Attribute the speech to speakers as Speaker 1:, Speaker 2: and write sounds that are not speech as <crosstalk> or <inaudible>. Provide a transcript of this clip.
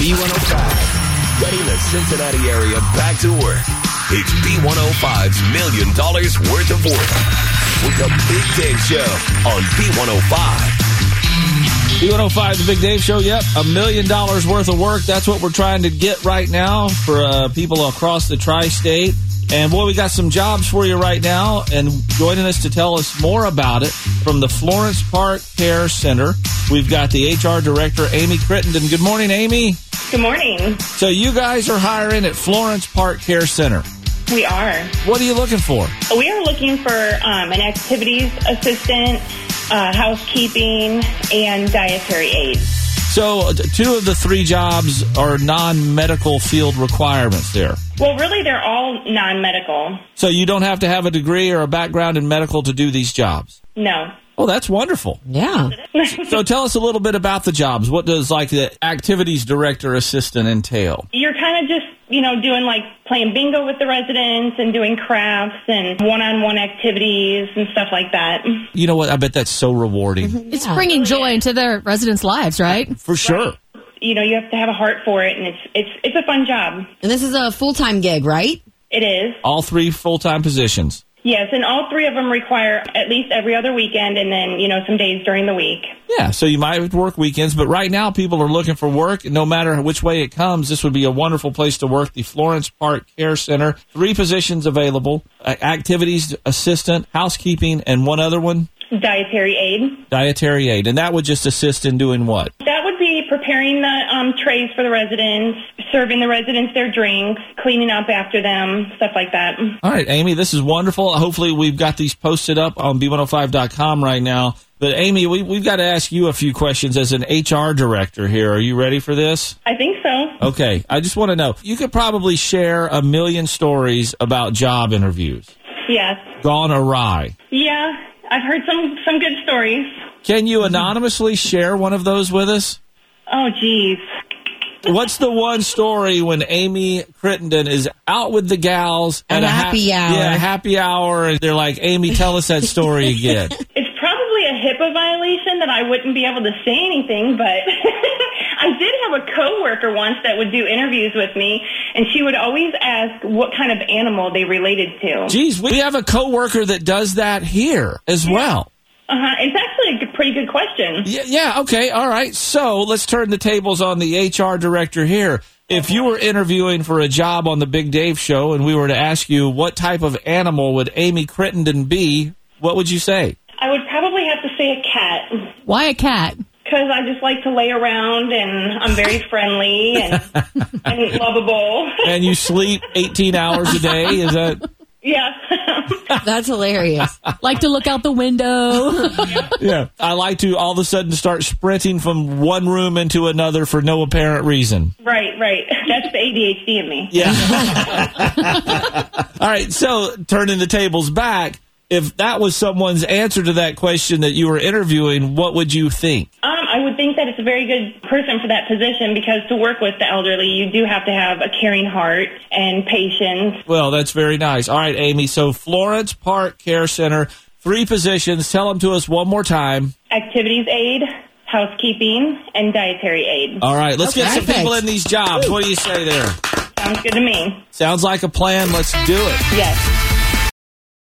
Speaker 1: B105. Getting the Cincinnati area back to work. It's B105's million dollars worth of work. With the Big Dave Show on B105.
Speaker 2: B105, the Big Dave Show. Yep, a million dollars worth of work. That's what we're trying to get right now for uh, people across the tri-state. And boy, we got some jobs for you right now. And joining us to tell us more about it from the Florence Park Care Center, we've got the HR director, Amy Crittenden. Good morning, Amy.
Speaker 3: Good morning.
Speaker 2: So you guys are hiring at Florence Park Care Center.
Speaker 3: We are.
Speaker 2: What are you looking for?
Speaker 3: We are looking for um, an activities assistant, uh, housekeeping, and dietary aid.
Speaker 2: So t- two of the three jobs are non-medical field requirements there.
Speaker 3: Well, really, they're all non medical.
Speaker 2: So you don't have to have a degree or a background in medical to do these jobs.
Speaker 3: No.
Speaker 2: Oh, that's wonderful.
Speaker 4: Yeah.
Speaker 2: So tell us a little bit about the jobs. What does like the activities director assistant entail?
Speaker 3: You're kind of just, you know, doing like playing bingo with the residents and doing crafts and one on one activities and stuff like that.
Speaker 2: You know what? I bet that's so rewarding.
Speaker 5: It's bringing joy into their residents' lives, right?
Speaker 2: For sure.
Speaker 3: You know, you have to have a heart for it, and it's it's it's a fun job.
Speaker 4: And this is a full time gig, right?
Speaker 3: It is.
Speaker 2: All three full-time positions.
Speaker 3: Yes, and all three of them require at least every other weekend and then, you know, some days during the week.
Speaker 2: Yeah, so you might work weekends, but right now people are looking for work. No matter which way it comes, this would be a wonderful place to work. The Florence Park Care Center, three positions available: A- activities assistant, housekeeping, and one other one,
Speaker 3: Dietary aid.
Speaker 2: dietary aid. And that would just assist in doing what?
Speaker 3: That would be preparing the um, trays for the residents, serving the residents their drinks, cleaning up after them, stuff like that.
Speaker 2: All right, Amy, this is wonderful. Hopefully, we've got these posted up on b105.com right now. But, Amy, we, we've got to ask you a few questions as an HR director here. Are you ready for this?
Speaker 3: I think so.
Speaker 2: Okay, I just want to know. You could probably share a million stories about job interviews
Speaker 3: Yes.
Speaker 2: gone awry.
Speaker 3: Yeah, I've heard some, some good stories.
Speaker 2: Can you anonymously share one of those with us?
Speaker 3: Oh, geez.
Speaker 2: What's the one story when Amy Crittenden is out with the gals at
Speaker 4: An happy
Speaker 2: hap-
Speaker 4: hour.
Speaker 2: Yeah, a happy hour, and they're like, "Amy, tell us that story
Speaker 4: <laughs>
Speaker 2: again."
Speaker 3: It's probably a HIPAA violation that I wouldn't be able to say anything, but <laughs> I did have a coworker once that would do interviews with me, and she would always ask what kind of animal they related to.
Speaker 2: Geez, we have a coworker that does that here as well.
Speaker 3: Uh-huh. It's actually a g- pretty good question.
Speaker 2: Yeah, yeah, okay, all right. So let's turn the tables on the HR director here. If you were interviewing for a job on the Big Dave show and we were to ask you what type of animal would Amy Crittenden be, what would you say?
Speaker 3: I would probably have to say a cat
Speaker 5: Why a cat?
Speaker 3: because I just like to lay around and I'm very friendly and, and lovable. <laughs>
Speaker 2: And you sleep 18 hours a day? Is that
Speaker 3: yeah. <laughs>
Speaker 4: That's hilarious.
Speaker 5: Like to look out the window.
Speaker 2: Yeah. I like to all of a sudden start sprinting from one room into another for no apparent reason.
Speaker 3: right, right. That's the ADHD in me.
Speaker 2: Yeah. All right. So turning the tables back, if that was someone's answer to that question that you were interviewing, what would you think?
Speaker 3: Um, I would think that it's a very good person for that position because to work with the elderly, you do have to have a caring heart and patience.
Speaker 2: Well, that's very nice. All right, Amy. So Florence Park Care Center, three positions. Tell them to us one more time.
Speaker 3: Activities aid, housekeeping, and dietary aid.
Speaker 2: All right. Let's get some
Speaker 4: Perfect.
Speaker 2: people in these jobs. What do you say there?
Speaker 3: Sounds good to me.
Speaker 2: Sounds like a plan. Let's do it.
Speaker 3: Yes.